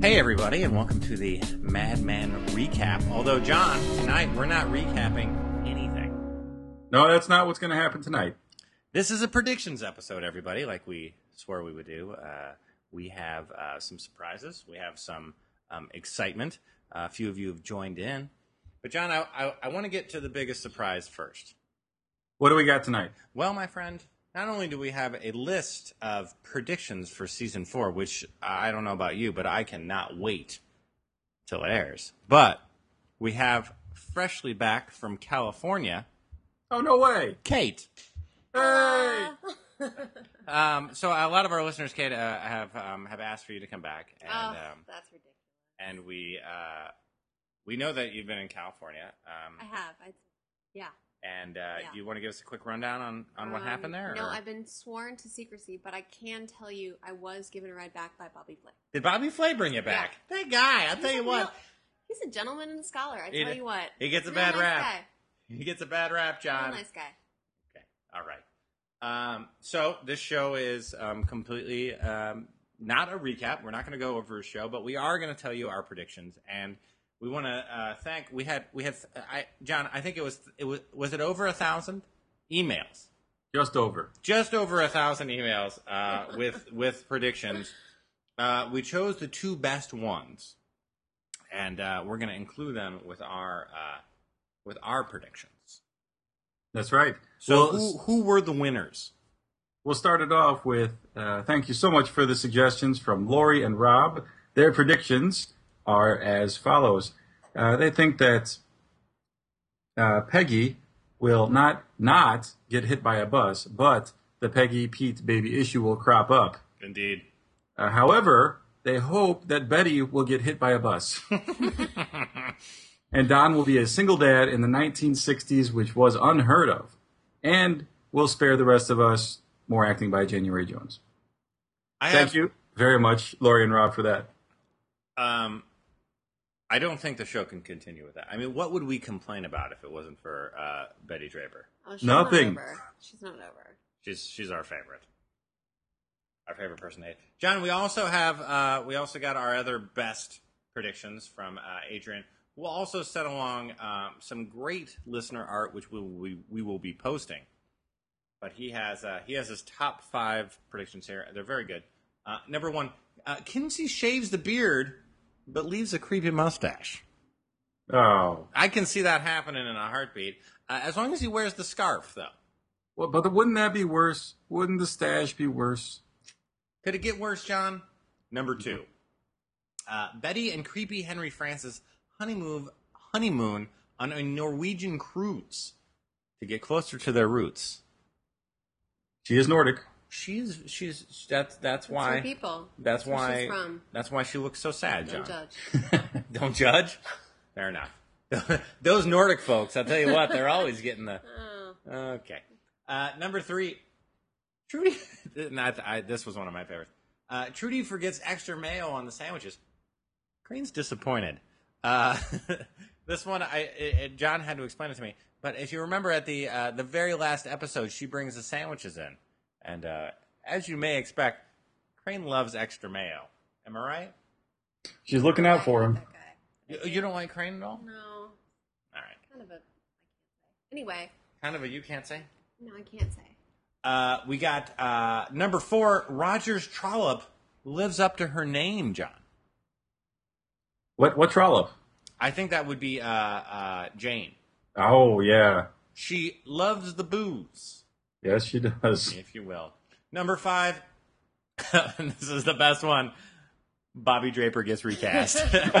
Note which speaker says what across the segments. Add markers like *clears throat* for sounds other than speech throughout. Speaker 1: Hey, everybody, and welcome to the Madman Recap. Although, John, tonight we're not recapping anything.
Speaker 2: No, that's not what's going to happen tonight.
Speaker 1: This is a predictions episode, everybody, like we swore we would do. Uh, we have uh, some surprises, we have some um, excitement. Uh, a few of you have joined in. But, John, I, I, I want to get to the biggest surprise first.
Speaker 2: What do we got tonight?
Speaker 1: Well, my friend, not only do we have a list of predictions for season four, which I don't know about you, but I cannot wait till it airs, but we have freshly back from California,
Speaker 2: Oh, no way.
Speaker 1: Kate.
Speaker 2: Hey.
Speaker 1: Um, so a lot of our listeners, Kate, uh, have um, have asked for you to come back, and
Speaker 3: oh,
Speaker 1: um,
Speaker 3: that's ridiculous.
Speaker 1: and we uh, we know that you've been in California,
Speaker 3: I
Speaker 1: um,
Speaker 3: have. I, yeah.
Speaker 1: and uh,
Speaker 3: Yeah.
Speaker 1: you want to give us a quick rundown on, on what
Speaker 3: Um,
Speaker 1: happened there?
Speaker 3: No,
Speaker 1: or-
Speaker 3: I've been sworn to secrecy, but I can tell you I was given a ride back by Bobby Blake.
Speaker 1: Did Bobby Flay bring you back? That guy, I'll tell
Speaker 3: He's
Speaker 1: you
Speaker 3: a
Speaker 1: what,
Speaker 3: real- he's a gentleman and a scholar. I
Speaker 1: He-
Speaker 3: tell you what.
Speaker 1: he gets a
Speaker 3: Real
Speaker 1: bad
Speaker 3: nice
Speaker 1: rap. Uh,
Speaker 3: guy.
Speaker 1: he gets a bad rap,
Speaker 3: Real
Speaker 1: John.
Speaker 3: nice guy.
Speaker 1: Okay. All right. Um, so this show is um, completely um, not a recap. We're not going to go over a show, but we are going to tell you our predictions, and we want to uh, thank. We had we had I, John. I think it was it was was it over a thousand emails,
Speaker 2: Just over.
Speaker 1: just over a thousand emails uh, with with predictions. Uh, we chose the two best ones, and uh, we're going to include them with our uh, with our predictions.
Speaker 2: That's right.
Speaker 1: So
Speaker 2: we'll,
Speaker 1: who, who were the winners?
Speaker 2: we'll start it off with uh, thank you so much for the suggestions from Lori and Rob. Their predictions are as follows. Uh, they think that uh, Peggy will not not get hit by a bus, but the Peggy Pete baby issue will crop up.
Speaker 1: Indeed.
Speaker 2: Uh, however, they hope that Betty will get hit by a bus. and Don will be a single dad in the 1960s, which was unheard of. And will spare the rest of us more acting by January Jones.
Speaker 1: I
Speaker 2: Thank
Speaker 1: have,
Speaker 2: you very much, Lori and Rob, for that.
Speaker 1: Um, I don't think the show can continue with that. I mean, what would we complain about if it wasn't for uh, Betty Draper?
Speaker 3: Oh, she's
Speaker 2: Nothing.
Speaker 3: Not over. She's not over.
Speaker 1: She's she's our favorite, our favorite person. to hate. John, we also have uh, we also got our other best predictions from uh, Adrian. We'll also set along um, some great listener art, which we we, we will be posting. But he has uh, he has his top five predictions here. They're very good. Uh, number one, uh, Kinsey shaves the beard but leaves a creepy mustache.
Speaker 2: Oh.
Speaker 1: I can see that happening in a heartbeat. Uh, as long as he wears the scarf, though.
Speaker 2: Well, but wouldn't that be worse? Wouldn't the stash be worse?
Speaker 1: Could it get worse, John? Number two. Uh, Betty and creepy Henry Francis honeymoon honeymoon on a Norwegian cruise to get closer to their roots.
Speaker 2: She is Nordic.
Speaker 1: She's she's that's that's
Speaker 3: That's her
Speaker 1: why
Speaker 3: people.
Speaker 1: that's
Speaker 3: where
Speaker 1: why
Speaker 3: she's from.
Speaker 1: that's why she looks so sad,
Speaker 3: Don't
Speaker 1: John.
Speaker 3: judge.
Speaker 2: *laughs*
Speaker 1: *laughs* Don't judge. Fair enough. *laughs* Those Nordic folks, I'll tell you what, they're always getting the
Speaker 3: Oh,
Speaker 1: Okay. Uh, number three, Trudy. *laughs* not, I, this was one of my favorites. Uh, Trudy forgets extra mayo on the sandwiches. Green's disappointed. Uh, *laughs* this one, I it, it- John had to explain it to me. But if you remember, at the uh, the very last episode, she brings the sandwiches in, and uh, as you may expect, Crane loves extra mayo. Am I right?
Speaker 2: She's looking out
Speaker 3: I
Speaker 2: for
Speaker 3: hate
Speaker 2: him.
Speaker 3: that guy.
Speaker 1: You, you don't like Crane at all? All
Speaker 3: No,
Speaker 1: right.
Speaker 3: kind of a. Anyway,
Speaker 1: Kind of a you can't say.
Speaker 3: no, I can't say.
Speaker 1: Uh, we got uh, number four. Rogers Trollope lives up to her name, John.
Speaker 2: What, what trollop?
Speaker 1: I think that would be uh, uh, Jane.
Speaker 2: Oh, yeah.
Speaker 1: She loves the booze,
Speaker 2: Yes, she does.
Speaker 1: if you will. Number five. *laughs* and this is the best one. Bobby Draper gets *laughs* recast. That's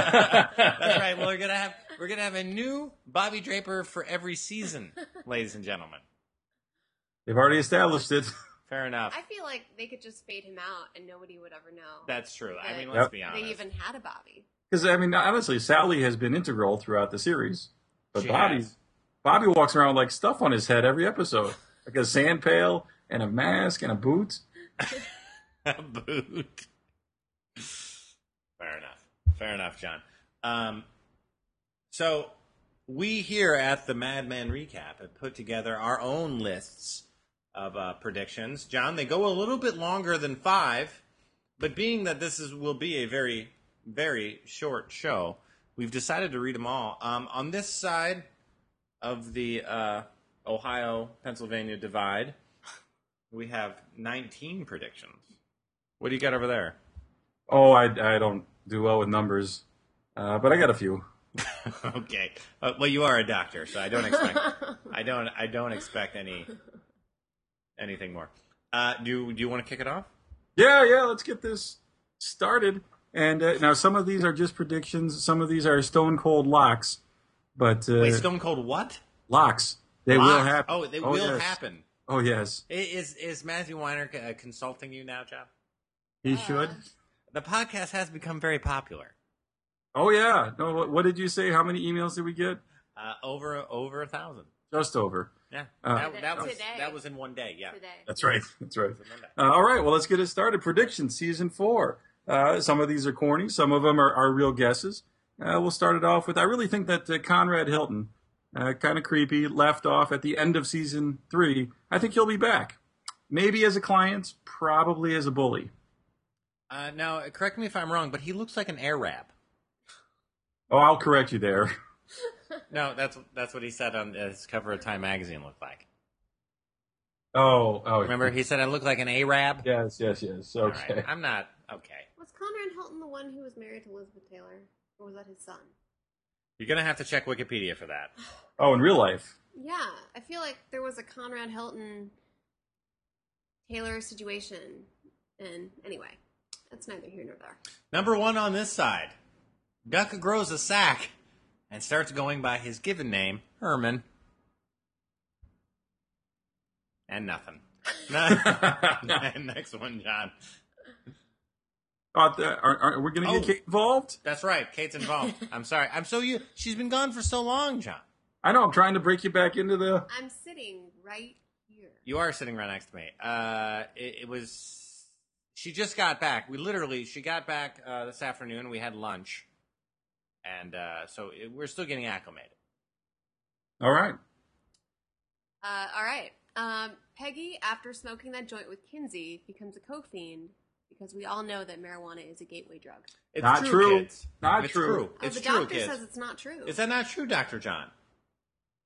Speaker 1: right. Well, we're gonna have we're gonna have a new Bobby Draper for every season, ladies and gentlemen.
Speaker 2: They've already established it. *laughs*
Speaker 1: Fair enough.
Speaker 3: I feel like they could just fade him out and nobody would ever know.
Speaker 1: That's true. I mean,
Speaker 3: Yep.
Speaker 1: let's be honest.
Speaker 3: they even had a Bobby.
Speaker 2: Because I mean, honestly, Sally has been integral throughout the series, but
Speaker 1: She
Speaker 2: Bobby,
Speaker 1: has.
Speaker 2: Bobby walks around with, like stuff on his head every episode, like a sand pail and a mask and a boot.
Speaker 1: a boot. Fair enough. Fair enough, John. Um, so we here at the Madman Recap have put together our own lists of uh, predictions. John, they go a little bit longer than five, but being that this is will be a very very short show, we've decided to read them all. Um, on this side of the uh, Ohio Pennsylvania divide, we have 19 predictions. What do you got over there?
Speaker 2: Oh, I, I don't do well with numbers, uh, but I got a few.
Speaker 1: *laughs* okay. Uh, well, you are a doctor, so I don't expect I don't I don't expect any anything more. Uh, do you- do you want to kick it off?
Speaker 2: Yeah, yeah, let's get this started. And uh, now some of these are just predictions. Some of these are stone cold locks, but uh,
Speaker 1: Wait, Stone Cold what?
Speaker 2: locks they will
Speaker 1: Locks.
Speaker 2: happen.
Speaker 1: Oh, they will
Speaker 2: yes.
Speaker 1: happen.
Speaker 2: Oh yes,
Speaker 1: I- Is is Matthew Weiner uh, consulting you now, Jeff?
Speaker 2: he should.
Speaker 1: The podcast has become very popular.
Speaker 2: Oh yeah. No, what, what did you say? How many emails did we get?
Speaker 1: Uh, over over a thousand.
Speaker 2: Just over.
Speaker 1: Yeah,
Speaker 2: Uh,
Speaker 1: that, that was
Speaker 3: Today.
Speaker 1: that was in one day. Yeah,
Speaker 3: today.
Speaker 2: That's right. That's right.
Speaker 1: It was in one day.
Speaker 2: Uh, all right, well, let's get it started. Predictions, season four. Uh, some of these are corny, some of them are, are real guesses. Uh, we'll start it off with I really think that uh, Conrad Hilton, uh, kind of creepy, left off at the end of season three. I think he'll be back. Maybe as a client, probably as a bully.
Speaker 1: Uh, now, correct me if I'm wrong, but he looks like an Arab.
Speaker 2: Oh, I'll correct you there. *laughs*
Speaker 1: No, that's that's what he said on his cover of Time magazine looked like.
Speaker 2: Oh, oh,
Speaker 1: Remember, he said I look like an Arab.
Speaker 2: Yes, yes, yes.
Speaker 1: All
Speaker 2: Okay.
Speaker 1: right, I'm not okay.
Speaker 3: Was Conrad Hilton the one who was married to Elizabeth Taylor, or was that his son?
Speaker 1: You're gonna have to check Wikipedia for that.
Speaker 2: Oh, in real life.
Speaker 3: Yeah, I feel like there was a Conrad Hilton Taylor situation, and anyway, that's neither here nor there.
Speaker 1: Number one on this side, Duck grows a sack and starts going by his given name, Herman. And nothing. *laughs* No- Next one, John.
Speaker 2: Uh, th- are, are, we going to
Speaker 1: Oh.
Speaker 2: get Kate involved?
Speaker 1: That's right. Kate's involved. I'm sorry. I'm so you. She's been gone for so long, John.
Speaker 2: I know, I'm trying to break you back into the.
Speaker 3: I'm sitting right here.
Speaker 1: You are sitting right next to me. Uh, it, it was. She just got back. We literally. She got back uh, this afternoon. We had lunch, and uh, so it, we're still getting acclimated.
Speaker 2: All right.
Speaker 3: Uh, all right. Um, Peggy, after smoking that joint with Kinsey, becomes a coke fiend because we all know that marijuana is a gateway drug.
Speaker 1: It's
Speaker 2: Not true.
Speaker 1: kids.
Speaker 2: Not
Speaker 1: It's
Speaker 2: true.
Speaker 1: true.
Speaker 3: Oh,
Speaker 1: It's
Speaker 3: the
Speaker 1: true,
Speaker 3: doctor
Speaker 1: kids.
Speaker 3: says it's not true.
Speaker 1: Is that not true, Doctor John?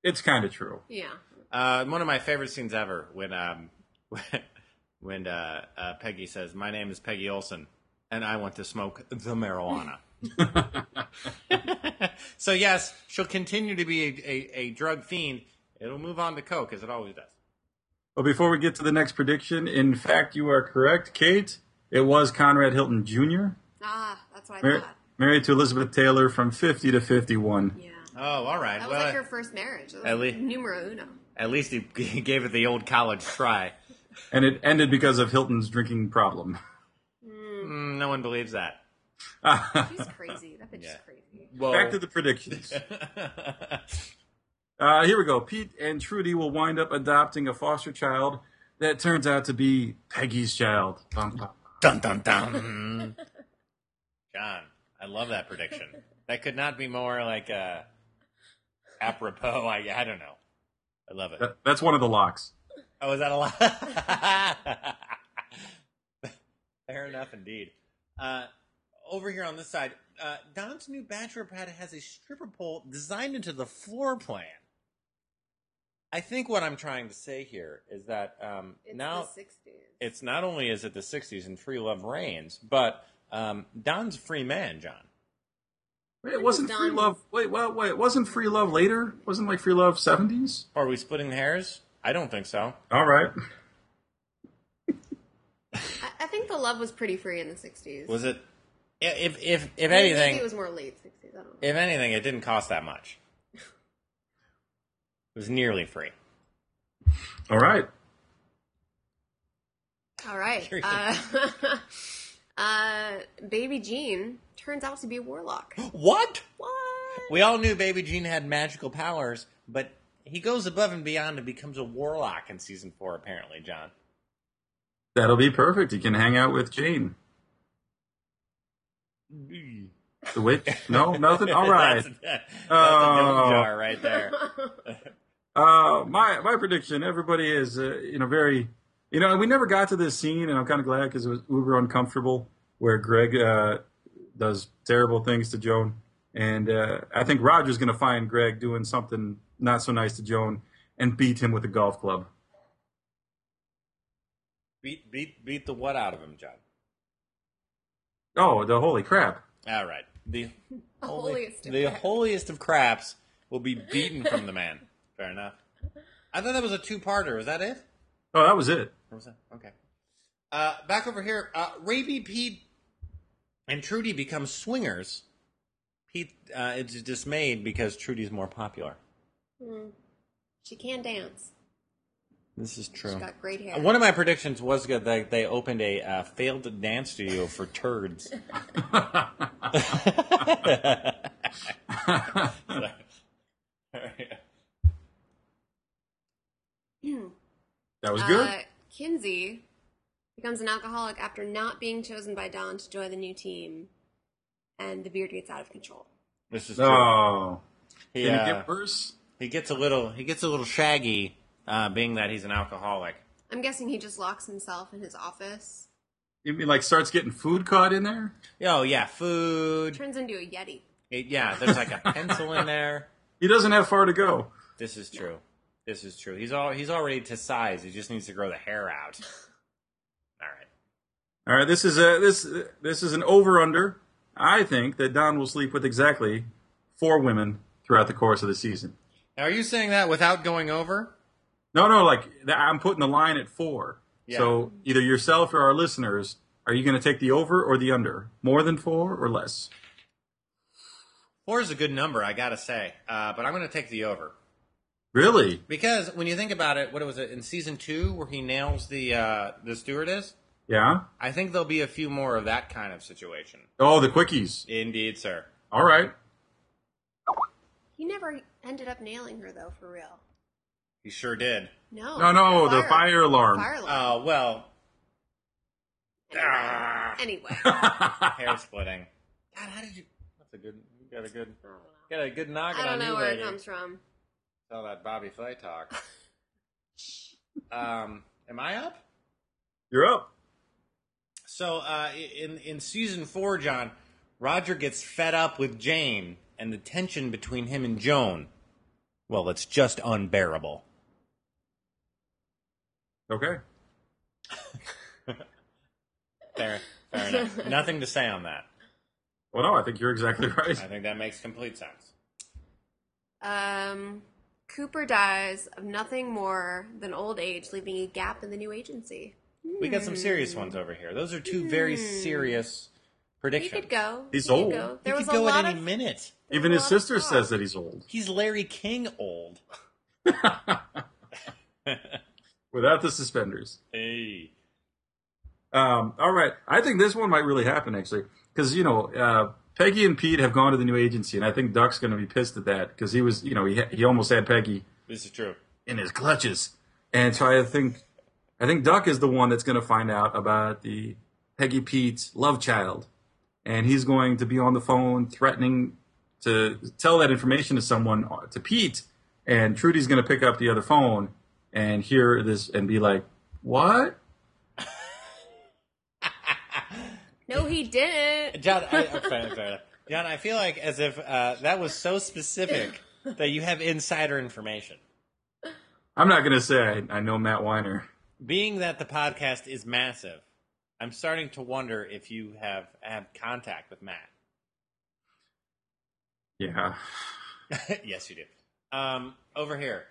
Speaker 2: It's kind of true.
Speaker 3: yeah.
Speaker 1: Uh, one of my favorite scenes ever when um, *laughs* when uh, uh, Peggy says, "My name is Peggy Olson, and I want to smoke the marijuana." *laughs* so yes, she'll continue to be a, a, a drug fiend. It'll move on to coke as it always does.
Speaker 2: Well, before we get to the next prediction, in fact, you are correct, Kate. It was Conrad Hilton Jr.,
Speaker 3: Ah, that's what I
Speaker 2: mar-
Speaker 3: thought.
Speaker 2: married to Elizabeth Taylor from 50 to 51.
Speaker 3: Yeah.
Speaker 1: Oh, all right.
Speaker 3: That was
Speaker 1: Well,
Speaker 3: like her first marriage. That was
Speaker 1: Ellie-
Speaker 3: numero uno.
Speaker 1: at least he g- gave it the old college try.
Speaker 2: And it ended because of Hilton's drinking problem. *laughs*
Speaker 1: Mm, no one believes that. *laughs*
Speaker 3: She's crazy. That bitch
Speaker 1: Yeah.
Speaker 3: is crazy.
Speaker 1: Well,
Speaker 2: Back to the predictions. Uh, here we go. Pete and Trudy will wind up adopting a foster child that turns out to be Peggy's child. Bum, bum.
Speaker 1: dun dun dun. *laughs* John, I love that prediction. That could not be more like uh, apropos. I I don't know. I love it.
Speaker 2: That- that's one of the locks.
Speaker 1: Oh, is that a lot? *laughs* Fair enough, indeed. Uh, over here on this side, uh, Don's new bachelor pad has a stripper pole designed into the floor plan. I think what I'm trying to say here is that um,
Speaker 3: It's
Speaker 1: now
Speaker 3: the 60s.
Speaker 1: it's not only is it the 60s and free love reigns, but um, Don's a free man, John.
Speaker 2: Wait, it wasn't free
Speaker 3: Done.
Speaker 2: love. Wait, well, wait, wasn't free love later? Wasn't like free love 70s?
Speaker 1: Are we splitting hairs? I don't think so.
Speaker 2: All right.
Speaker 3: I, I think the love was pretty free in the 60s.
Speaker 1: Was it? If if if
Speaker 3: Maybe
Speaker 1: anything,
Speaker 3: it was more late 60s. I don't know.
Speaker 1: If anything, it didn't cost that much. It was nearly free.
Speaker 2: All right.
Speaker 3: All right.
Speaker 1: Curious.
Speaker 3: Uh,
Speaker 1: *laughs*
Speaker 3: *laughs* uh, Baby Jean turns out to be a warlock.
Speaker 1: *gasps* What?
Speaker 3: What?
Speaker 1: We all knew Baby Gene had magical powers, but he goes above and beyond and becomes a warlock in season four, apparently, John.
Speaker 2: That'll be perfect. You can hang out with Jane. The witch?
Speaker 1: *laughs*
Speaker 2: No, nothing. All right.
Speaker 1: that's, that's a
Speaker 2: Oh.
Speaker 1: dope jar right there.
Speaker 2: Uh, my my prediction. Everybody is uh, you know very you know we never got to this scene, and I'm kind of glad because it was uber uncomfortable where Greg uh, does terrible things to Joan. And uh, I think Roger's going to find Greg doing something not so nice to Joan and beat him with a golf club.
Speaker 1: Beat beat beat the what out of him, John?
Speaker 2: Oh, the holy crap.
Speaker 1: All right.
Speaker 3: *laughs*
Speaker 1: The
Speaker 3: The holiest of
Speaker 1: the
Speaker 3: crap.
Speaker 1: holiest of craps will be beaten from the man.
Speaker 3: *laughs*
Speaker 1: Fair enough. I thought that was a two-parter. Was that it?
Speaker 2: Oh, that was it.
Speaker 1: Or was that okay? Uh, back over here, uh, Raby Pete and Trudy become swingers. Pete uh, is dismayed because Trudy's more popular.
Speaker 3: Hmm. She can dance.
Speaker 1: This is
Speaker 3: She's
Speaker 1: true.
Speaker 3: got great hair.
Speaker 1: One of my predictions was good that they opened a uh, failed dance studio for turds. *laughs*
Speaker 2: That was good.
Speaker 3: Uh, Kinsey becomes an alcoholic after not being chosen by Don to join the new team, and the beard gets out of control.
Speaker 1: this is true.
Speaker 2: oh.
Speaker 1: he,
Speaker 2: Can
Speaker 1: uh,
Speaker 2: it get worse?
Speaker 1: he gets a little he gets a little shaggy, uh, being that he's an alcoholic.
Speaker 3: I'm guessing he just locks himself in his office,
Speaker 2: You mean like starts getting food caught in there?
Speaker 1: Oh yeah, food.
Speaker 3: turns into a yeti.
Speaker 1: It- yeah, there's like a pencil in there.
Speaker 2: He doesn't have far to go.
Speaker 1: This is true. This is true. He's all he's already to size. He just needs to grow the hair out. All right.
Speaker 2: All right, this is a this this is an over under. I think that Don will sleep with exactly four women throughout the course of the season.
Speaker 1: Now, are you saying that without going over?
Speaker 2: No, no, like th- I'm putting the line at four.
Speaker 1: Yeah.
Speaker 2: So either yourself or our listeners, are you going to take the over or the under? More than four or less?
Speaker 1: Four is a good number, I gotta say. Uh, but I'm gonna take the over
Speaker 2: Really?
Speaker 1: because when you think about it, what was it in season two where he nails the uh, the stewardess?
Speaker 2: Yeah.
Speaker 1: I think there'll be a few more of that kind of situation.
Speaker 2: Oh, the quickies.
Speaker 1: Indeed, sir.
Speaker 2: All right.
Speaker 3: He never ended up nailing her though, for real.
Speaker 1: He sure did.
Speaker 3: No,
Speaker 2: No, no, Oh, the fire alarm. *laughs*
Speaker 3: Fire alarm.
Speaker 1: Oh well, Ah.
Speaker 3: anyway,
Speaker 1: *laughs*
Speaker 2: *laughs*
Speaker 3: anyway.
Speaker 1: hair splitting. God, how did you? That's a good. You got a good. Got a good noggin
Speaker 3: I don't
Speaker 1: on
Speaker 3: know
Speaker 1: you,
Speaker 3: where
Speaker 1: lady.
Speaker 3: it comes from.
Speaker 1: It's all that Bobby Flay
Speaker 3: *laughs*
Speaker 1: talk. um, am I up?
Speaker 2: You're up.
Speaker 1: So uh, in in season four, John Roger gets fed up with Jane and the tension between him and Joan. Well, it's just unbearable.
Speaker 2: Okay.
Speaker 1: Fair,
Speaker 3: *laughs*
Speaker 1: fair enough. Nothing to say on that.
Speaker 2: Well, no, I think you're exactly *laughs* right.
Speaker 1: I think that makes complete sense.
Speaker 3: Um, Cooper dies of nothing more than old age, leaving a gap in the new agency.
Speaker 1: We got some serious ones over here. Those are two very serious
Speaker 3: He
Speaker 1: predictions.
Speaker 3: Hmm. could go.
Speaker 2: He's
Speaker 3: He could
Speaker 2: old.
Speaker 3: go.
Speaker 1: He
Speaker 3: There
Speaker 1: could
Speaker 3: was a
Speaker 1: go
Speaker 3: lot
Speaker 1: at any
Speaker 3: of
Speaker 1: minute.
Speaker 3: There's
Speaker 2: Even
Speaker 3: a
Speaker 2: his
Speaker 3: lot of
Speaker 2: sister
Speaker 3: talk.
Speaker 2: says that he's old.
Speaker 1: He's Larry King old.
Speaker 2: Without the suspenders.
Speaker 1: Hey.
Speaker 2: Um, all right. I think this one might really happen, actually. Because, you know, uh, Peggy and Pete have gone to the new agency, and I think Duck's going to be pissed at that because he was, you know, he, he almost had Peggy
Speaker 1: This is true.
Speaker 2: in his clutches. And so I think I think Duck is the one that's going to find out about the Peggy Pete's love child, and he's going to be on the phone threatening to tell that information to someone uh, to Pete, and Trudy's going to pick up the other phone and hear this and be like, "What?"
Speaker 3: No, he didn't.
Speaker 1: John, I, fair, fair enough. John, I feel like as if uh, that was so
Speaker 3: *laughs*
Speaker 1: specific that you have insider information.
Speaker 2: I'm not going to say I, I know Matt Weiner.
Speaker 1: Being that the podcast is massive, I'm starting to wonder if you have have contact with Matt.
Speaker 2: Yeah.
Speaker 1: *laughs* yes, you do. Um, over here,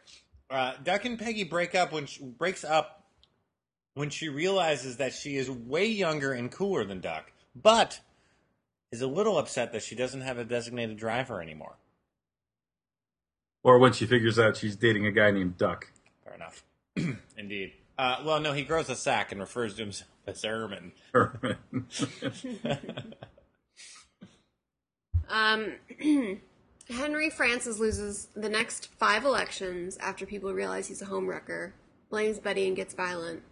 Speaker 1: uh, Duck and Peggy break up when she breaks up when she realizes that she is way younger and cooler than Duck, but is a little upset that she doesn't have a designated driver anymore.
Speaker 2: Or when she figures out she's dating a guy named Duck.
Speaker 1: Fair enough. *clears throat* Indeed. Uh, well, no, he grows a sack and refers to himself as Herman.
Speaker 3: Um, *clears throat* Henry Francis loses the next five elections after people realize he's a homewrecker, blames Betty, and gets violent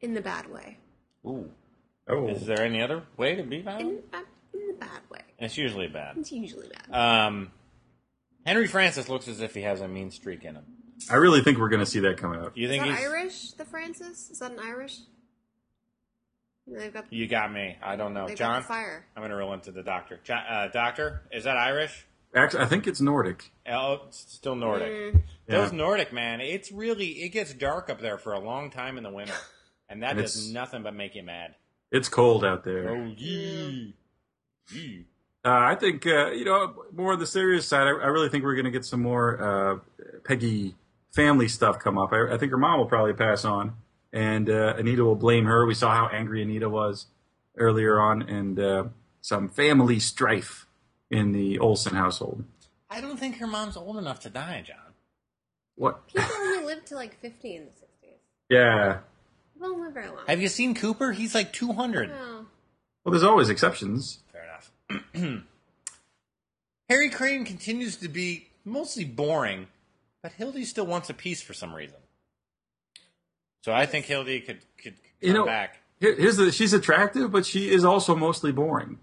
Speaker 3: in the bad way.
Speaker 1: Ooh.
Speaker 2: *laughs* Oh,
Speaker 1: Is there any other way to be violent?
Speaker 3: In, uh, in the bad way.
Speaker 1: It's usually bad.
Speaker 3: It's usually bad.
Speaker 1: Um, Henry Francis looks as if he has a mean streak in him.
Speaker 2: I really think we're going to see that coming out.
Speaker 1: Do you
Speaker 3: Is
Speaker 1: think
Speaker 3: that
Speaker 1: he's
Speaker 3: Irish? The Francis? Is that an Irish? They've got,
Speaker 1: You got me. I don't know.
Speaker 3: they've got
Speaker 1: John,
Speaker 3: the fire.
Speaker 1: I'm going to roll into the doctor. Jo- uh, doctor, is that Irish?
Speaker 2: Actually, I think it's Nordic.
Speaker 1: Oh, it's still Nordic. Those Nordic, man, it's really, it gets dark up there for a long time in the winter. And that
Speaker 2: And
Speaker 1: does
Speaker 2: it's-
Speaker 1: nothing but make you mad.
Speaker 2: It's cold out there.
Speaker 1: Oh, yee. Yee.
Speaker 2: Uh, I think uh, you know more on the serious side. I, I really think we're going to get some more uh, Peggy family stuff come up. I, I think her mom will probably pass on, and uh, Anita will blame her. We saw how angry Anita was earlier on, and uh, some family strife in the Olsen household.
Speaker 1: I don't think her mom's old enough to die, John.
Speaker 2: What?
Speaker 3: People only lived to like 50 in the 60s.
Speaker 2: yeah.
Speaker 3: People don't live very long.
Speaker 1: Have you seen Cooper? He's like 200.
Speaker 3: Oh.
Speaker 2: Well, there's always exceptions.
Speaker 1: Fair enough. *clears throat* Harry Crane continues to be mostly boring, but Hildy still wants a piece for some reason. So I think Hildy could could come
Speaker 2: You know-
Speaker 1: back.
Speaker 2: Here- Here's the, she's attractive, but she is also mostly boring.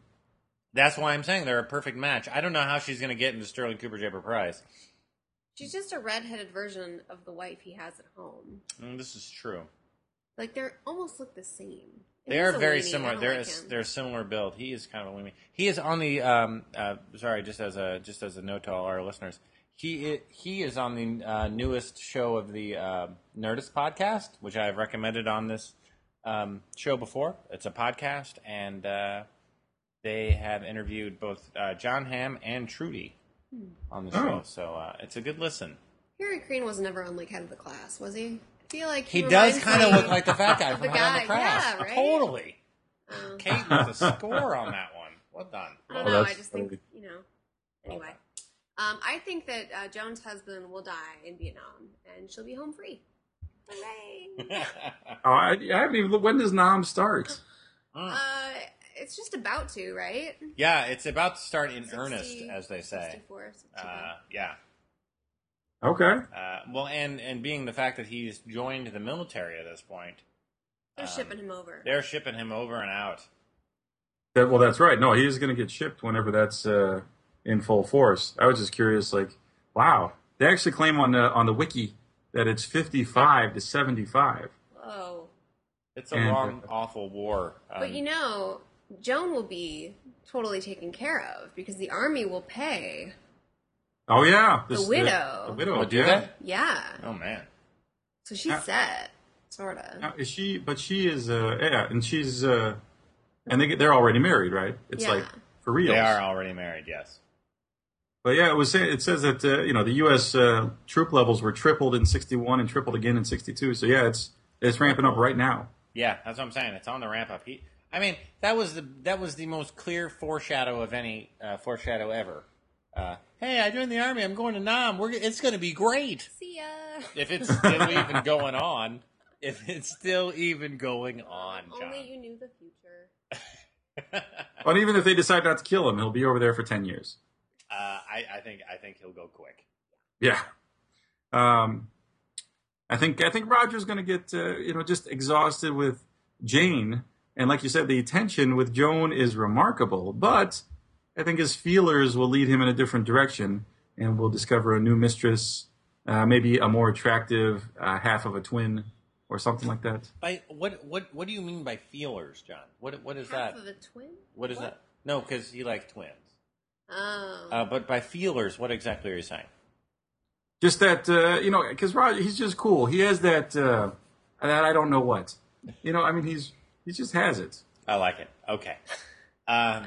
Speaker 1: That's why I'm saying they're a perfect match. I don't know how she's going to get into Sterling Cooper Jaber Prize.
Speaker 3: She's just a redheaded version of the wife he has at home.
Speaker 1: Mm, this is true.
Speaker 3: Like they're almost look the same.
Speaker 1: They
Speaker 3: He's
Speaker 1: are
Speaker 3: a
Speaker 1: very
Speaker 3: weenie. I
Speaker 1: similar.
Speaker 3: don't
Speaker 1: They're
Speaker 3: like
Speaker 1: a,
Speaker 3: him.
Speaker 1: they're a similar build. He is kind of a weenie. He is on the um uh sorry just as a just as a note to all our listeners. He i he is on the uh, newest show of the uh, Nerdist podcast, which I have recommended on this um, show before. It's a podcast, and uh, they have interviewed both uh, John Hamm and Trudy
Speaker 3: Hmm.
Speaker 1: on the show.
Speaker 2: Oh.
Speaker 1: So uh, it's a good listen.
Speaker 3: Harry Crane was never on like head of the class, was he? I feel like
Speaker 1: He does
Speaker 3: reminds
Speaker 1: kind of
Speaker 3: me-
Speaker 1: look like the fat guy
Speaker 3: of
Speaker 1: from
Speaker 3: the
Speaker 1: Head on the
Speaker 3: guy,
Speaker 1: Crash.
Speaker 3: yeah, right?
Speaker 1: Totally.
Speaker 3: Oh.
Speaker 1: Kate was a score on that one. Well done. *laughs*
Speaker 3: I don't
Speaker 2: Oh,
Speaker 3: know. I
Speaker 2: that's
Speaker 3: just think
Speaker 2: funny.
Speaker 3: you know. Anyway, um, I think that uh, Joan's husband will die in Vietnam, and she'll be home free.
Speaker 1: *laughs*
Speaker 3: Hooray!
Speaker 2: Oh, I, I haven't even. When does Nam start?
Speaker 1: Mm.
Speaker 3: uh, it's just about to, right?
Speaker 1: yeah, it's about to start in earnest,
Speaker 3: 60,
Speaker 1: as they say.
Speaker 3: 64, 65.
Speaker 1: Uh, yeah.
Speaker 2: Okay.
Speaker 1: Uh, well, and and being the fact that he's joined the military at this point,
Speaker 3: They're
Speaker 1: um,
Speaker 3: shipping him over.
Speaker 1: they're shipping him over and out.
Speaker 2: That, well, that's right. No, he is going to get shipped whenever that's uh, in full force. I was just curious, like, wow, they actually claim on the on the wiki that it's fifty five to seventy five.
Speaker 3: Whoa.
Speaker 1: It's a
Speaker 2: And-
Speaker 1: long, awful war. Um,
Speaker 3: But you know, Joan will be totally taken care of because the army will pay.
Speaker 2: Oh yeah,
Speaker 3: The
Speaker 2: This-
Speaker 3: widow.
Speaker 2: The, widow.
Speaker 1: Oh, do
Speaker 2: yeah.
Speaker 1: they?
Speaker 3: Yeah.
Speaker 1: Oh man.
Speaker 3: So she's
Speaker 2: Uh,
Speaker 3: set, sort of.
Speaker 2: Now, is she? But she is. Uh, yeah, and she's. Uh, and they get, they're already married, right? It's
Speaker 3: Yeah.
Speaker 2: like for real.
Speaker 1: They are already married. Yes.
Speaker 2: But yeah, it was. say- It says that uh, you know the U.S. Uh, troop levels were tripled in '61 and tripled again in '62. So yeah, it's it's ramping up right now.
Speaker 1: Yeah, that's what I'm saying. It's on the ramp up. He, I mean, that was the that was the most clear foreshadow of any uh, foreshadow ever. Uh, hey, I joined the army. I'm going to Nam. We're g- it's going to be great.
Speaker 3: See ya.
Speaker 1: If it's *laughs* still even going on, if it's still even going on,
Speaker 3: If
Speaker 1: John.
Speaker 3: Only you knew the future.
Speaker 2: But even if they decide not to kill him, he'll be over there for ten years.
Speaker 1: Uh, I, I think I think he'll go quick.
Speaker 2: Yeah. Um, I think I think Roger's going to get uh, you know just exhausted with Jane, and like you said, the tension with Joan is remarkable. But I think his feelers will lead him in a different direction, and we'll discover a new mistress, uh, maybe a more attractive uh, half of a twin, or something like that.
Speaker 1: By what what what do you mean by feelers, John? What what is
Speaker 3: Half
Speaker 1: that?
Speaker 3: of a twin?
Speaker 1: What is that? No, because he likes twins.
Speaker 3: Oh.
Speaker 1: Uh, but by feelers, what exactly are you saying?
Speaker 2: Just that uh, you know, because Roger, he's just cool. He has that uh, that I don't know what, you know. I mean, he's he just has it.
Speaker 1: I like it. Okay. Um,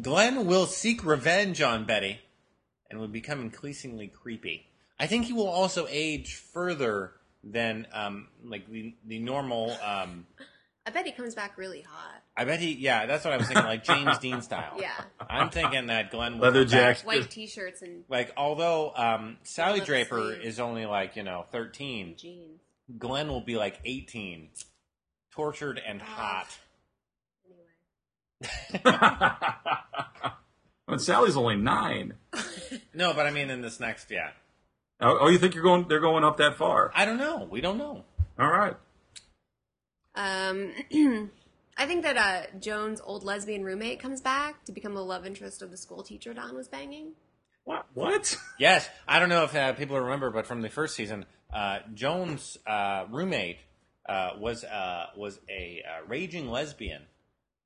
Speaker 1: Glenn will seek revenge on Betty and will become increasingly creepy. I think he will also age further than um, like the, the normal. Um,
Speaker 3: I bet he comes back really hot.
Speaker 1: I bet he. Yeah, that's what I was thinking, like James
Speaker 3: *laughs*
Speaker 1: Dean style.
Speaker 3: Yeah.
Speaker 1: I'm thinking that Glenn will
Speaker 2: Leather
Speaker 1: come back-
Speaker 2: jacket.
Speaker 3: White t shirts and
Speaker 1: Like, although um, Sally
Speaker 3: Let's
Speaker 1: Draper
Speaker 3: see.
Speaker 1: is only like you know 13,
Speaker 3: jeans.
Speaker 1: Glenn will be like 18, tortured and hot.
Speaker 3: Anyway.
Speaker 2: But Sally's only nine.
Speaker 1: No, but I mean in this next, yeah.
Speaker 2: Oh, oh, you think you're going? They're going up that far?
Speaker 1: I don't know. We don't know.
Speaker 2: All right.
Speaker 3: Um, *clears throat* I think that uh, Joan's old lesbian roommate comes back to become the love interest of the school teacher Don was banging.
Speaker 2: What? What?
Speaker 1: Yes, I don't know if uh, people remember, but from the first season, uh, Joan's uh, roommate uh, was uh, was a uh, raging lesbian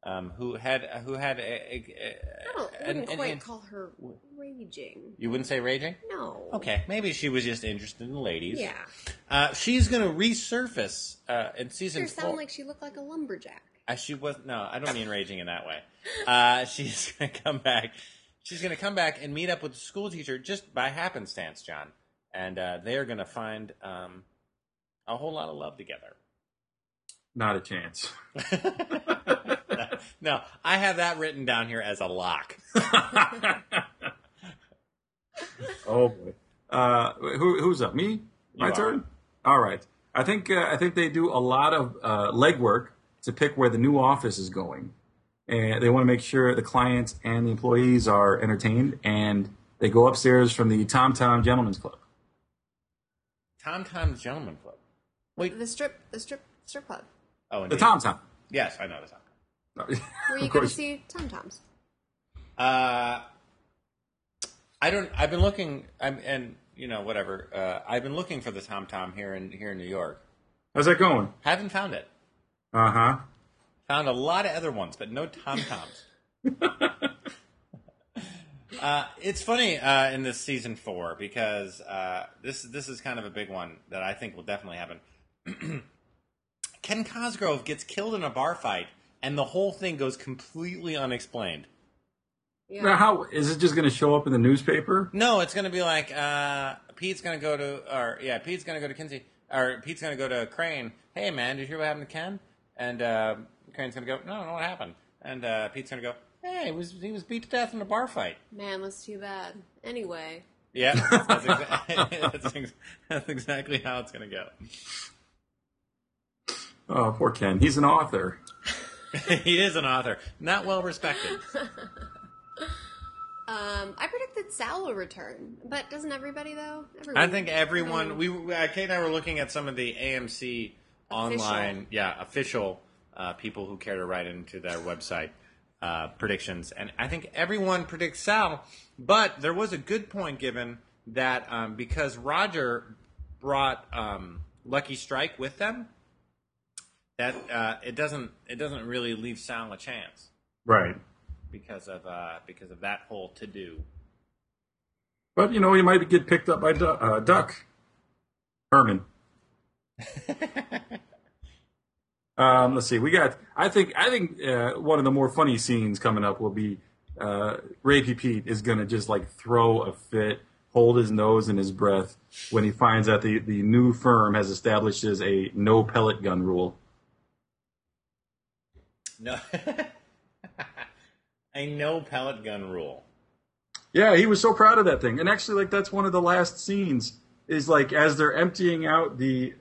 Speaker 1: um, who had who had a, a,
Speaker 3: I
Speaker 1: a
Speaker 3: don't, wouldn't
Speaker 1: an-
Speaker 3: quite
Speaker 1: an-
Speaker 3: call her raging.
Speaker 1: you wouldn't say raging.
Speaker 3: No.
Speaker 1: Okay, maybe she was just interested in ladies.
Speaker 3: Yeah.
Speaker 1: Uh, she's going to resurface uh, in season
Speaker 3: Sure, sound
Speaker 1: four.
Speaker 3: like she looked like a lumberjack.
Speaker 1: Uh, she was no, I don't mean raging in that way. Uh, *laughs* she's gonna come back. She's gonna come back and meet up with the school teacher just by happenstance, John, and uh, they are gonna find um, a whole lot of love together. *laughs*
Speaker 2: Not a chance.
Speaker 1: no, I have that written down here as a lock.
Speaker 2: oh boy. Uh, who, who's up? Me? My
Speaker 1: You are.
Speaker 2: turn. All right. I think uh, I think they do a lot of uh, legwork to pick where the new office is going, and they want to make sure the clients and the employees are entertained. And they go upstairs from the Tom Tom Gentlemen's Club.
Speaker 1: Tom Tom Gentleman Club. Wait,
Speaker 3: The strip, the strip, strip club.
Speaker 1: oh,
Speaker 2: The
Speaker 1: indeed.
Speaker 2: Tom Tom.
Speaker 1: Yes, I know the Tom.
Speaker 2: *laughs*
Speaker 3: Where
Speaker 2: Of
Speaker 3: you going to
Speaker 2: course.
Speaker 3: see Tom Toms?
Speaker 1: Uh, I don't. I've been looking. I'm and you know whatever. Uh, I've been looking for the Tom Tom here in here in New York.
Speaker 2: How's that going?
Speaker 1: Haven't found it.
Speaker 2: Uh huh.
Speaker 1: Found a lot of other ones, but no Tom Toms. uh, it's funny uh, in this season four because uh, this this is kind of a big one that I think will definitely happen. *clears throat* Ken Cosgrove gets killed in a bar fight, and the whole thing goes completely unexplained.
Speaker 2: Now, how is it just going to show up in the newspaper?
Speaker 1: No, it's gonna be like uh, Pete's gonna go to, or yeah, Pete's gonna go to Kinsey, or Pete's gonna go to Crane. Hey man, did you hear what happened to Ken? And uh, Crane's gonna go, no, I don't know what happened. And uh, Pete's gonna go, hey, he was he was beat to death in a bar fight.
Speaker 3: Man, that's too bad. Anyway,
Speaker 1: Yeah, that's, exa- *laughs* that's, ex- that's exactly how it's gonna go. *laughs*
Speaker 2: Oh, poor Ken. He's an author.
Speaker 1: he is an author, not well respected.
Speaker 3: um, I predict that Sal will return, but doesn't everybody though? Everyone.
Speaker 1: I think everyone. We were- uh, Kate and I were looking at some of the AMC online, yeah, official uh, people who care to write into their website uh, predictions, and I think everyone predicts Sal. But there was a good point given that um, because Roger brought um, Lucky Strike with them, that uh, it doesn't it doesn't really leave Sal a chance
Speaker 2: Right.
Speaker 1: because of uh, because of that whole to do.
Speaker 2: But, you know, he might get picked up by du- uh, Duck. Herman. um, let's see. We got, I think, I think uh, one of the more funny scenes coming up will be uh, Ray P. Pete is going to just like throw a fit, hold his nose in his breath when he finds out the, the new firm has established as a no pellet gun rule.
Speaker 1: No. *laughs* a no pellet gun rule.
Speaker 2: Yeah, he was so proud of that thing. And actually, like that's one of the last scenes is like as they're emptying out the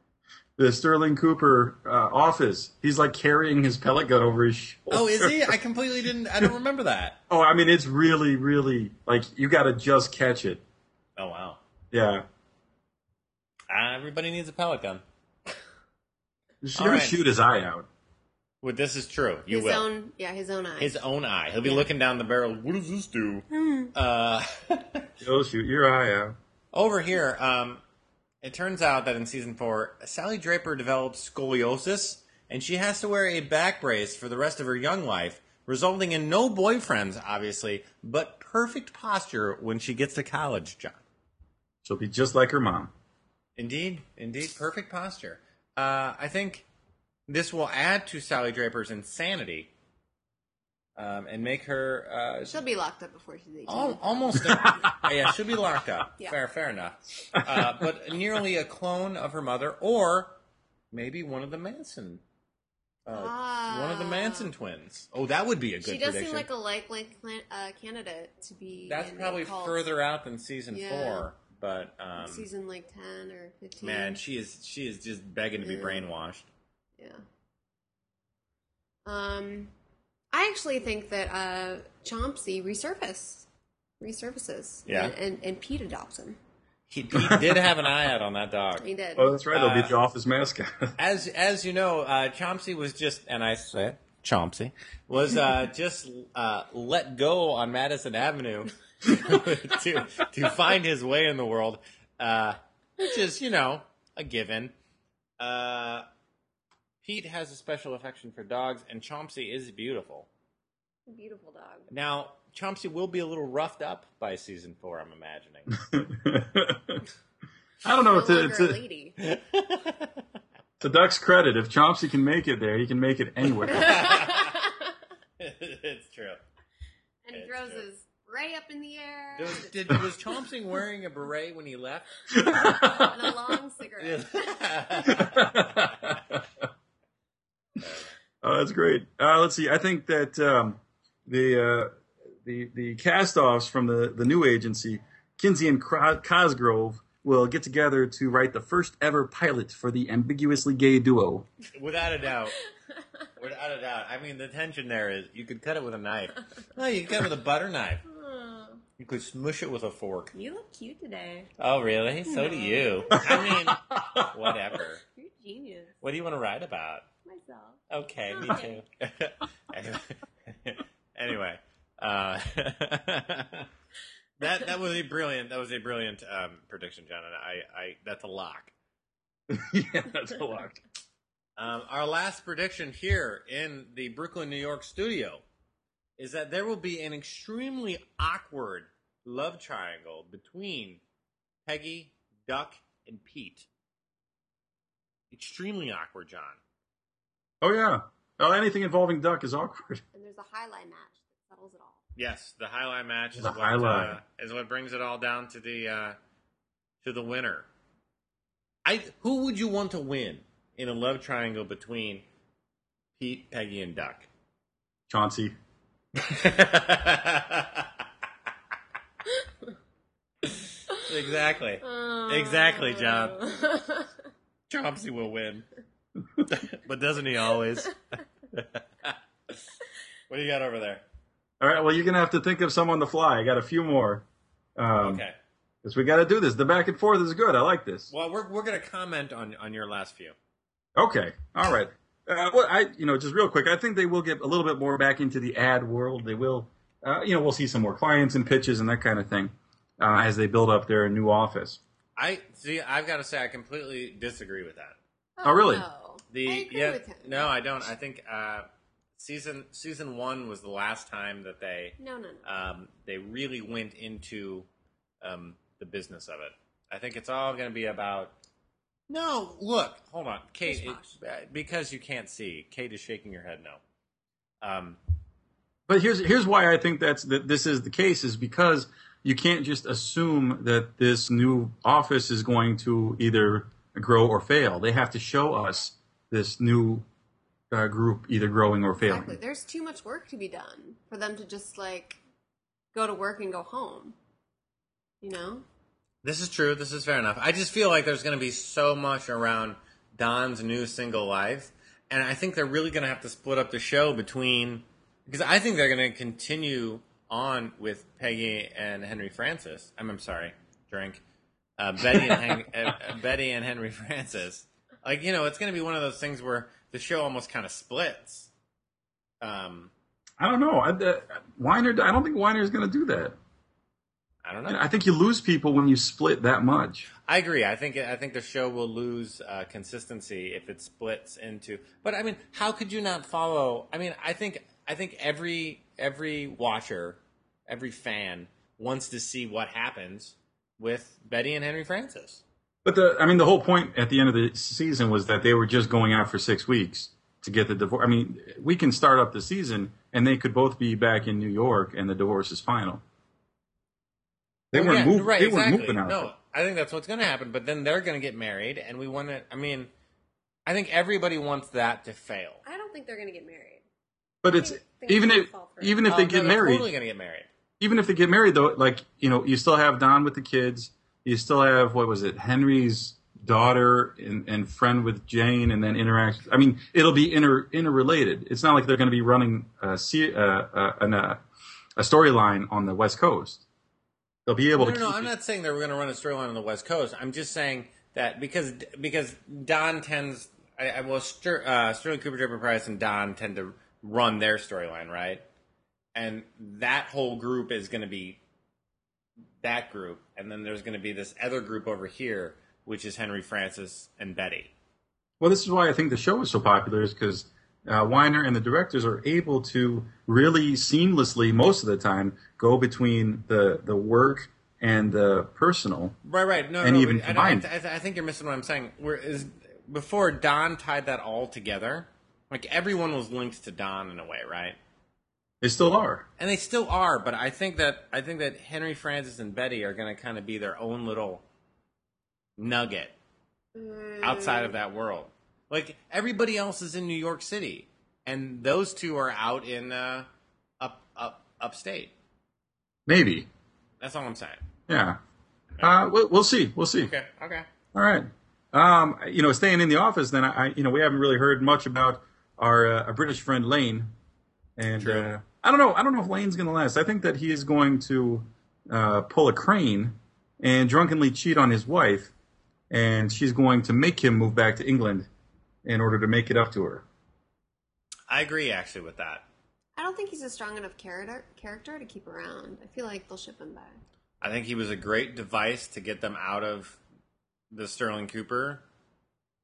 Speaker 2: *laughs* the Sterling Cooper uh, office, he's like carrying his pellet gun over his shoulder.
Speaker 1: Oh, is he? I completely didn't. I don't remember that.
Speaker 2: Oh, I mean, it's really, really like you got to just catch it.
Speaker 1: *laughs* Oh wow!
Speaker 2: Yeah,
Speaker 1: Uh, everybody needs a pellet gun.
Speaker 2: she's
Speaker 1: All
Speaker 2: gonna
Speaker 1: right.
Speaker 2: shoot his eye out.
Speaker 1: Well, this is true. You
Speaker 3: his
Speaker 1: will.
Speaker 3: own, yeah, his own eye.
Speaker 1: his own eye. He'll be looking down the barrel. What does this do?
Speaker 3: Hmm.
Speaker 1: Uh,
Speaker 2: He'll shoot your eye out.
Speaker 1: over here, um, it turns out that in season four, Sally Draper develops scoliosis, and she has to wear a back brace for the rest of her young life, resulting in no boyfriends, obviously, but perfect posture when she gets to college. John.
Speaker 2: She'll be just like her mom.
Speaker 1: Indeed, indeed, perfect posture. Uh, I think this will add to Sally Draper's insanity um, and make her uh,
Speaker 3: She'll be locked up before she's eighteen.
Speaker 1: al- almost.
Speaker 3: *laughs*
Speaker 1: A, yeah, she'll be locked up.
Speaker 3: Yeah.
Speaker 1: Fair, fair enough. Uh, but nearly a clone of her mother, or maybe one of the Manson, uh,
Speaker 3: ah.
Speaker 1: one of the Manson twins. Oh, that would be a good.
Speaker 3: She does
Speaker 1: prediction.
Speaker 3: seem like a likely clan- uh, candidate to be.
Speaker 1: That's
Speaker 3: in the
Speaker 1: probably
Speaker 3: cult.
Speaker 1: further out than season
Speaker 3: Yeah.
Speaker 1: four, but um,
Speaker 3: Season like ten or fifteen.
Speaker 1: man, she is she is just begging to be
Speaker 3: Yeah.
Speaker 1: brainwashed.
Speaker 3: Yeah. Um, I actually think that uh, Chomsky resurface, resurfaces.
Speaker 1: Yeah.
Speaker 3: And, and, and Pete adopts him.
Speaker 1: He, he did have an eye out on that dog.
Speaker 3: He did.
Speaker 2: Oh, that's right. They'll
Speaker 1: Uh,
Speaker 2: be the office mascot. *laughs*
Speaker 1: As as you know, uh, Chomsky was just, and I said Chomsky was uh, just uh, let go on Madison Avenue *laughs* to to find his way in the world, uh, which is you know a given. Uh, Pete has a special affection for dogs, and Chomsky is beautiful.
Speaker 3: Beautiful dog.
Speaker 2: *laughs*
Speaker 1: Now, Chomsky will be a little roughed up by season four, I'm imagining. *laughs*
Speaker 2: I don't know.
Speaker 3: No
Speaker 2: It's a,
Speaker 3: longer
Speaker 2: it's,
Speaker 3: a
Speaker 2: a,
Speaker 1: *laughs*
Speaker 3: lady. *laughs*
Speaker 2: it's a duck's credit. If Chomsky can make it there, he can make it anywhere.
Speaker 1: it's true.
Speaker 3: and
Speaker 1: It's
Speaker 3: he throws
Speaker 1: true.
Speaker 3: his ray up in the air
Speaker 1: Was, did, was Chomsky wearing a beret when he left?
Speaker 3: and a long cigarette.
Speaker 2: Oh, that's great. Uh, let's see. I think that um, the uh, the the castoffs from the the new agency, Kinsey and Cro- Cosgrove, will get together to write the first ever pilot for the ambiguously gay duo.
Speaker 1: *laughs* Without a *laughs* doubt. Without a doubt. I mean, the tension there is you could cut it with a *laughs* knife. No, you could cut it with a butter knife.
Speaker 3: *laughs* Oh,
Speaker 1: You could smush it with a fork.
Speaker 3: you look cute today.
Speaker 1: Oh, really? So do you. *laughs* I mean, whatever.
Speaker 3: You're genius.
Speaker 1: What do you want to write about?
Speaker 3: Myself.
Speaker 1: Okay, me
Speaker 3: Hi.
Speaker 1: too. *laughs* anyway, anyway uh, *laughs* that that was a brilliant that was a brilliant um, prediction, John, and I, I that's a lock.
Speaker 2: yeah, that's a lot.
Speaker 1: Um, our last prediction here in the Brooklyn, New York studio is that there will be an extremely awkward love triangle between Peggy, Duck, and Pete. Extremely awkward, John.
Speaker 2: Oh yeah. Oh, anything involving duck is awkward. *laughs*
Speaker 3: And there's a highlight match that settles it all.
Speaker 1: Yes, the highlight match is
Speaker 2: The
Speaker 1: what
Speaker 2: highlight.
Speaker 1: Uh, is what brings it all down to the uh, to the winner. I who would you want to win in a love triangle between Pete, Peggy, and Duck?
Speaker 2: Chauncey.
Speaker 1: exactly.
Speaker 3: Oh.
Speaker 1: Exactly, John. Chomsky will win, *laughs* but doesn't he always? *laughs* what do you got over there?
Speaker 2: All right. Well, you're gonna have to think of some on the fly. I got a few more. Um,
Speaker 1: Okay.
Speaker 2: 'cause we got to do this. The back and forth is good. I like this.
Speaker 1: Well, we're we're gonna comment on on your last few.
Speaker 2: Okay. All right. Uh, well, I you know just real quick, I think they will get a little bit more back into the ad world. They will, uh, you know, we'll see some more clients and pitches and that kind of thing uh, as they build up their new office.
Speaker 1: I see. I've got to say, I completely disagree with that.
Speaker 2: Oh, really?
Speaker 3: no.
Speaker 1: The
Speaker 3: I agree
Speaker 1: yeah,
Speaker 3: with him.
Speaker 1: no, I don't. I think uh, season season one was the last time that they
Speaker 3: No, no, no.
Speaker 1: um, they really went into um, the business of it. I think it's all going to be about. No, look, hold on, Kate,
Speaker 3: Bish-bosh.
Speaker 1: it- because you can't see. Kate is shaking her head no. Um,
Speaker 2: But here's here's why I think that's that this is the case is because you can't just assume that this new office is going to either grow or fail. They have to show us this new uh, group either growing or failing.
Speaker 3: Exactly. There's too much work to be done for them to just like go to work and go home. You know?
Speaker 1: This is true. This is fair enough. I just feel like there's going to be so much around Don's new single life, and I think they're really going to have to split up the show between because I think they're going to continue on with Peggy and Henry Francis. I'm, I'm sorry, drink uh, Betty and Hen- *laughs* uh, uh, Betty and Henry Francis. Like you know, it's going to be one of those things where the show almost kind of splits. Um,
Speaker 2: I don't know. I, uh, Weiner, I don't think Weiner's going to do that.
Speaker 1: I don't know.
Speaker 2: I think you lose people when you split that much.
Speaker 1: I agree. I think I think the show will lose uh, consistency if it splits into. But I mean, how could you not follow? I mean, I think I think every every watcher, every fan wants to see what happens with Betty and Henry Francis.
Speaker 2: But the, I mean, the whole point at the end of the season was that they were just going out for six weeks to get the divorce. I mean, we can start up the season and they could both be back in New York and the divorce is final. They
Speaker 1: Well,
Speaker 2: weren't
Speaker 1: yeah,
Speaker 2: moving.
Speaker 1: Right,
Speaker 2: they
Speaker 1: exactly.
Speaker 2: weren't moving out.
Speaker 1: No, I think that's what's going to happen. But then they're going to get married, and we want to. I mean, I think everybody wants that to fail.
Speaker 3: I don't think they're gonna get married.
Speaker 2: But it's
Speaker 3: I think
Speaker 2: even
Speaker 3: they
Speaker 2: if
Speaker 3: fall for it.
Speaker 2: even if
Speaker 1: Oh,
Speaker 2: they
Speaker 1: no,
Speaker 2: get
Speaker 1: they're
Speaker 2: married,
Speaker 1: totally going to get married.
Speaker 2: even if they get married though, like you know, you still have Don with the kids. You still have what was it, Henry's daughter and, and friend with Jane, and then interact. I mean, it'll be inter interrelated. It's not like they're going to be running a se- uh, uh, an, uh, a storyline on the West Coast. They'll be able
Speaker 1: No,
Speaker 2: to.
Speaker 1: no, no,
Speaker 2: keep
Speaker 1: I'm
Speaker 2: it-
Speaker 1: not saying that we're going to run a storyline on the West Coast. I'm just saying that because because Don tends, I, I well, Ster, uh, Sterling Cooper, Draper Price, and Don tend to run their storyline, right? And that whole group is going to be that group, and then there's going to be this other group over here, which is Henry Francis and Betty.
Speaker 2: Well, this is why I think the show is so popular, is because uh, Weiner and the directors are able to really seamlessly, most of the time, go between the the work and the personal.
Speaker 1: Right, right. No,
Speaker 2: And
Speaker 1: no,
Speaker 2: even
Speaker 1: I, don't- I,
Speaker 2: combined.
Speaker 1: th- I, th- I think you're missing what I'm saying. Where is before Don tied that all together, like everyone was linked to Don in a way, right?
Speaker 2: They still are.
Speaker 1: And they still are, but I think that I think that Henry Francis and Betty are going to kind of be their own little nugget outside of that world. Like everybody else is in New York City, and those two are out in uh, up up upstate.
Speaker 2: Maybe.
Speaker 1: That's all I'm saying.
Speaker 2: Yeah. Uh, we'll, we'll see. We'll see.
Speaker 1: Okay, okay.
Speaker 2: All right. Um, you know, staying in the office, then I, I- you know, we haven't really heard much about our, uh, our British friend Lane, and
Speaker 1: True.
Speaker 2: Uh, I don't know. I don't know if Lane's going to last. I think that he is going to uh, pull a crane and drunkenly cheat on his wife, and she's going to make him move back to England in order to make it up to her.
Speaker 1: I agree actually with that.
Speaker 3: I don't think he's a strong enough character character to keep around. I feel like they'll ship him back.
Speaker 1: I think he was a great device to get them out of the Sterling Cooper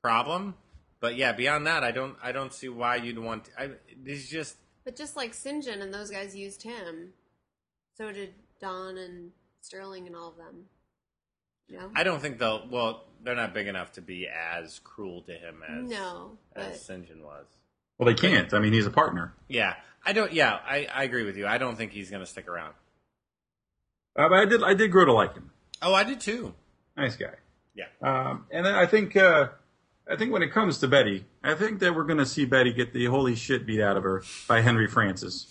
Speaker 1: problem. But yeah, beyond that, I don't I don't see why you'd want. I, it's just
Speaker 3: But just like Sinjin and those guys used him, so did Don and Sterling and all of them. No,
Speaker 1: I don't think they'll. Well, they're not big enough to be as cruel to him as
Speaker 3: no, but
Speaker 1: as St. John was.
Speaker 2: Well, they can't. I mean, he's a partner.
Speaker 1: Yeah, I don't. Yeah, I, I agree with you. I don't think he's gonna stick around.
Speaker 2: Uh, but I did. I did grow to like him.
Speaker 1: Oh, I did too.
Speaker 2: Nice guy.
Speaker 1: Yeah.
Speaker 2: Um, and then I think uh, I think when it comes to Betty, I think that we're going to see Betty get the holy shit beat out of her by Henry Francis,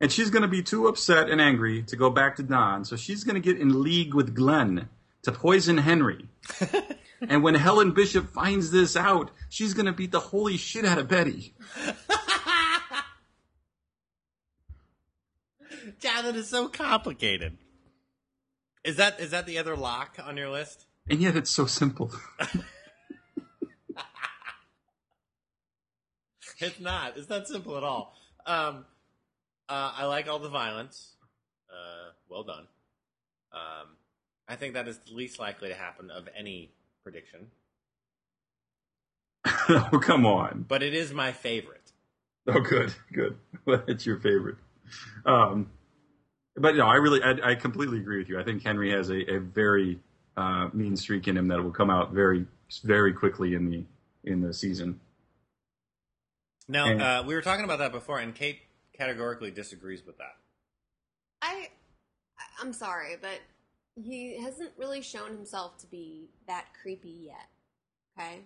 Speaker 2: and she's going to be too upset and angry to go back to Don. So she's going to get in league with Glenn to poison Henry. and when Helen Bishop finds this out, she's going to beat the holy shit out of Betty.
Speaker 1: John, that is so complicated. Is that is that the other lock on your list?
Speaker 2: And yet it's so simple. *laughs*
Speaker 1: It's not. It's not simple at all. Um, uh, I like all the violence. Uh, well done. Um, I think that is the least likely to happen of any prediction,
Speaker 2: oh, come on.
Speaker 1: but it is my favorite.
Speaker 2: Oh, good, good. *laughs* That's your favorite. Um, but no, I really, I, I completely agree with you. I think Henry has a, a very uh, mean streak in him that will come out very, very quickly in the in the season.
Speaker 1: Now, uh, we were talking about that before, and Kate categorically disagrees with that.
Speaker 3: I, I- I'm sorry, but he hasn't really shown himself to be that creepy yet. Okay,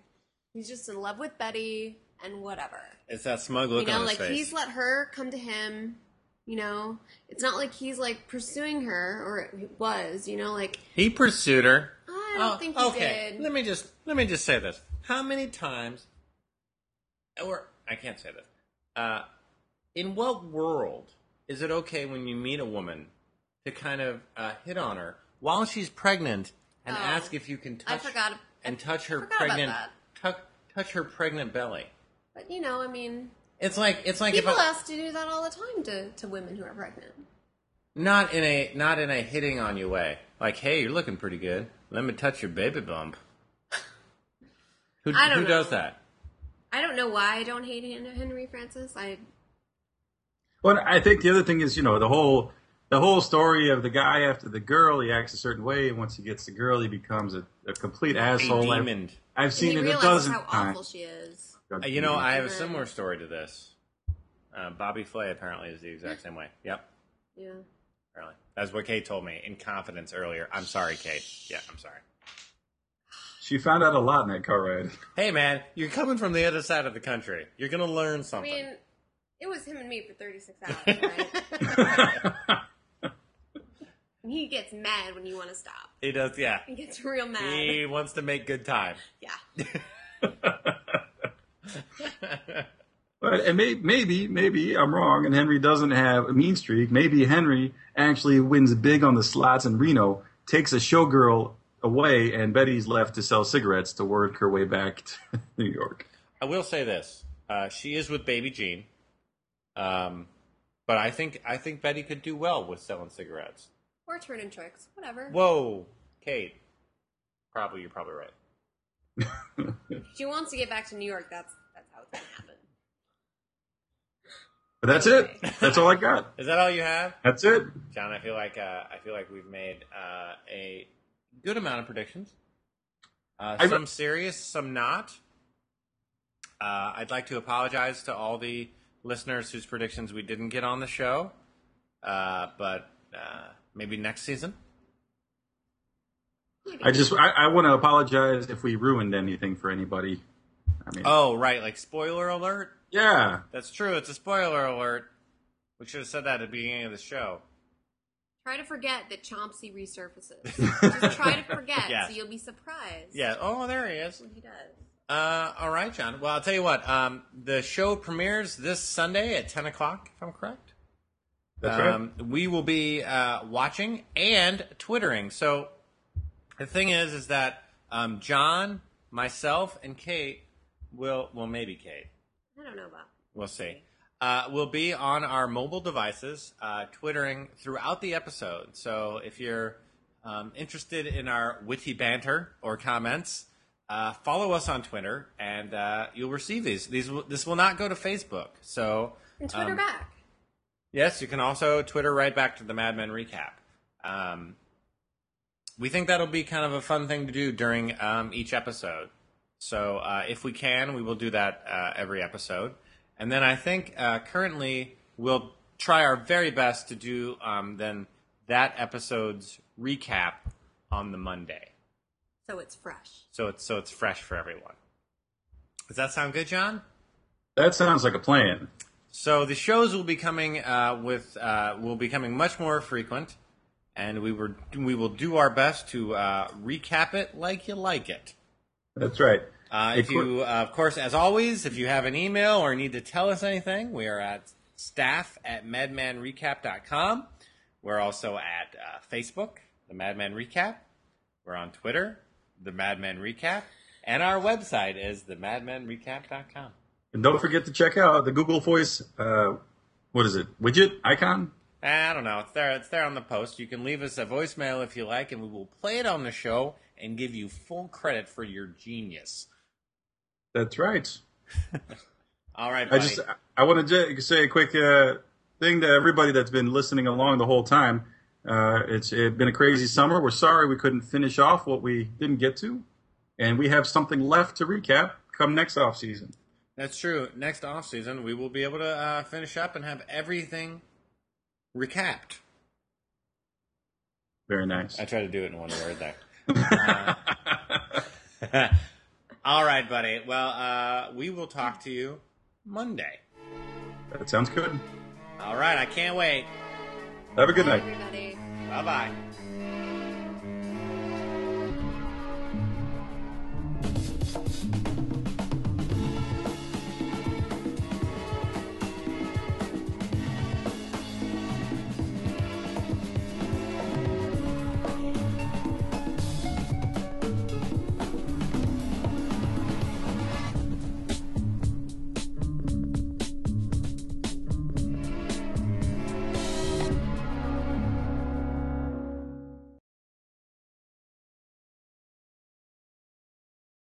Speaker 3: he's just in love with Betty and whatever.
Speaker 1: It's that smug look
Speaker 3: you
Speaker 1: on
Speaker 3: know,
Speaker 1: his
Speaker 3: like
Speaker 1: face.
Speaker 3: he's let her come to him. You know, it's not like he's like pursuing her or he was. You know, like
Speaker 1: he pursued her.
Speaker 3: I don't think he
Speaker 1: Oh, okay.
Speaker 3: did.
Speaker 1: Let me just let me just say this. How many times or I can't say this. Uh, in what world is it okay when you meet a woman to kind of uh, hit on her while she's pregnant and
Speaker 3: Oh.
Speaker 1: ask if you can
Speaker 3: I
Speaker 1: touch
Speaker 3: forgot.
Speaker 1: and touch her
Speaker 3: I forgot about
Speaker 1: pregnant
Speaker 3: that.
Speaker 1: tuck, touch her pregnant belly?
Speaker 3: But you know, I mean,
Speaker 1: It's like it's like
Speaker 3: people
Speaker 1: if I,
Speaker 3: ask to do that all the time to, to women who are pregnant.
Speaker 1: not in a not in a hitting on you way. Like, hey, you're looking pretty good. Let me touch your baby bump. who
Speaker 3: I don't
Speaker 1: who does
Speaker 3: know.
Speaker 1: that?
Speaker 3: I don't know why I don't hate Hen- Henry Francis. I
Speaker 2: Well, I think the other thing is, you know, the whole the whole story of the guy after the girl, he acts a certain way, and once he gets the girl, he becomes a, a complete asshole.
Speaker 1: a
Speaker 2: I've-
Speaker 1: demon.
Speaker 2: I've,
Speaker 3: he
Speaker 2: seen it a
Speaker 3: realizes
Speaker 2: dozen
Speaker 3: how awful
Speaker 2: times.
Speaker 3: she is.
Speaker 1: Uh, You know, I have a
Speaker 3: Mhm.
Speaker 1: similar story to this. Uh, Bobby Flay apparently is the exact same way. Yep,
Speaker 3: Yeah.
Speaker 1: apparently. That's what Kate told me in confidence earlier. I'm sorry, Kate. Yeah, I'm sorry.
Speaker 2: she found out a lot in that car ride.
Speaker 1: Hey, man, you're coming from the other side of the country. You're gonna learn
Speaker 3: I
Speaker 1: something.
Speaker 3: mean, it was him and me for 36 hours, right?
Speaker 1: *laughs*
Speaker 3: and he gets mad when you want to stop.
Speaker 1: he does, yeah.
Speaker 3: He gets real mad.
Speaker 1: He wants to make good time.
Speaker 3: Yeah.
Speaker 2: But and may, maybe, maybe I'm wrong, and Henry doesn't have a mean streak. Maybe Henry actually wins big on the slots in Reno, takes a showgirl away, and Betty's left to sell cigarettes to work her way back to *laughs* New York.
Speaker 1: I will say this: uh, she is with Baby Jean, um, but I think I think Betty could do well with selling cigarettes.
Speaker 3: Or turning tricks. Whatever.
Speaker 1: Whoa, Kate. Probably you're probably right.
Speaker 3: She wants to get back to New York. That's that's how it's gonna happen.
Speaker 2: But that's it. That's all I got.
Speaker 1: Is that all you have?
Speaker 2: That's it.
Speaker 1: John, I feel like uh, I feel like we've made uh, a good amount of predictions. Uh,
Speaker 2: I-
Speaker 1: some serious, some not. Uh, I'd like to apologize to all the listeners whose predictions we didn't get on the show, uh, but uh, maybe next season.
Speaker 2: I just I, I want to apologize if we ruined anything for anybody. I mean,
Speaker 1: Oh, right, like spoiler alert.
Speaker 2: yeah,
Speaker 1: That's true. It's a spoiler alert. We should have said that at the beginning of the show.
Speaker 3: Try to forget that Chomsky
Speaker 1: *laughs*
Speaker 3: resurfaces. just try to forget,
Speaker 1: Yes.
Speaker 3: so you'll be surprised.
Speaker 1: Yeah. Oh, there he is.
Speaker 3: when he does.
Speaker 1: Uh, all right, John. Well, I'll tell you what. Um, the show premieres this Sunday at ten o'clock. If I'm correct.
Speaker 2: that's right.
Speaker 1: um, we will be uh, watching and twittering. So the thing is, is that um, John, myself, and Kate will, well, maybe Kate,
Speaker 3: I don't know about.
Speaker 1: we'll see, uh, will be on our mobile devices, uh, twittering throughout the episode. So if you're um, interested in our witty banter or comments. Uh, follow us on Twitter, and uh, you'll receive these. These will, this will not go to Facebook, so
Speaker 3: And Twitter
Speaker 1: um,
Speaker 3: back.
Speaker 1: Yes, you can also Twitter right back to the Mad Men recap. Um, we think that'll be kind of a fun thing to do during um, each episode. So uh, if we can, we will do that uh, every episode. And then I think uh, currently we'll try our very best to do um, then that episode's recap on the Monday.
Speaker 3: So it's fresh.
Speaker 1: So it's so it's fresh for everyone. Does that sound good, John?
Speaker 2: that sounds like a plan.
Speaker 1: So the shows will be coming uh, with uh, will be coming much more frequent, and we were we will do our best to uh, recap it like you like it.
Speaker 2: That's right.
Speaker 1: Uh, if you, uh, of course, as always, if you have an email or need to tell us anything, we are at staff at madmanrecap.com. We're also at uh, Facebook, the Madman Recap. We're on Twitter, the Madman Recap, and our website is themadmanrecap.com.
Speaker 2: And don't forget to check out the Google Voice. Uh, what is it? Widget icon.
Speaker 1: Eh, I don't know. It's there. It's there on the post. You can leave us a voicemail if you like, and we will play it on the show and give you full credit for your genius.
Speaker 2: That's right.
Speaker 1: All right,
Speaker 2: I
Speaker 1: buddy.
Speaker 2: just uh, I want to say a quick uh, thing to everybody that's been listening along the whole time. Uh, it's it been a crazy summer. We're sorry we couldn't finish off what we didn't get to, and we have something left to recap come next off season.
Speaker 1: That's true. Next off season, we will be able to uh, finish up and have everything recapped.
Speaker 2: Very nice.
Speaker 1: I tried to do it in one word there. Uh, *laughs* all right, buddy. Well, uh, we will talk to you Monday.
Speaker 2: That sounds good.
Speaker 1: All right. I can't wait.
Speaker 2: Have a good
Speaker 3: Bye,
Speaker 2: night.
Speaker 3: everybody.
Speaker 1: Bye bye.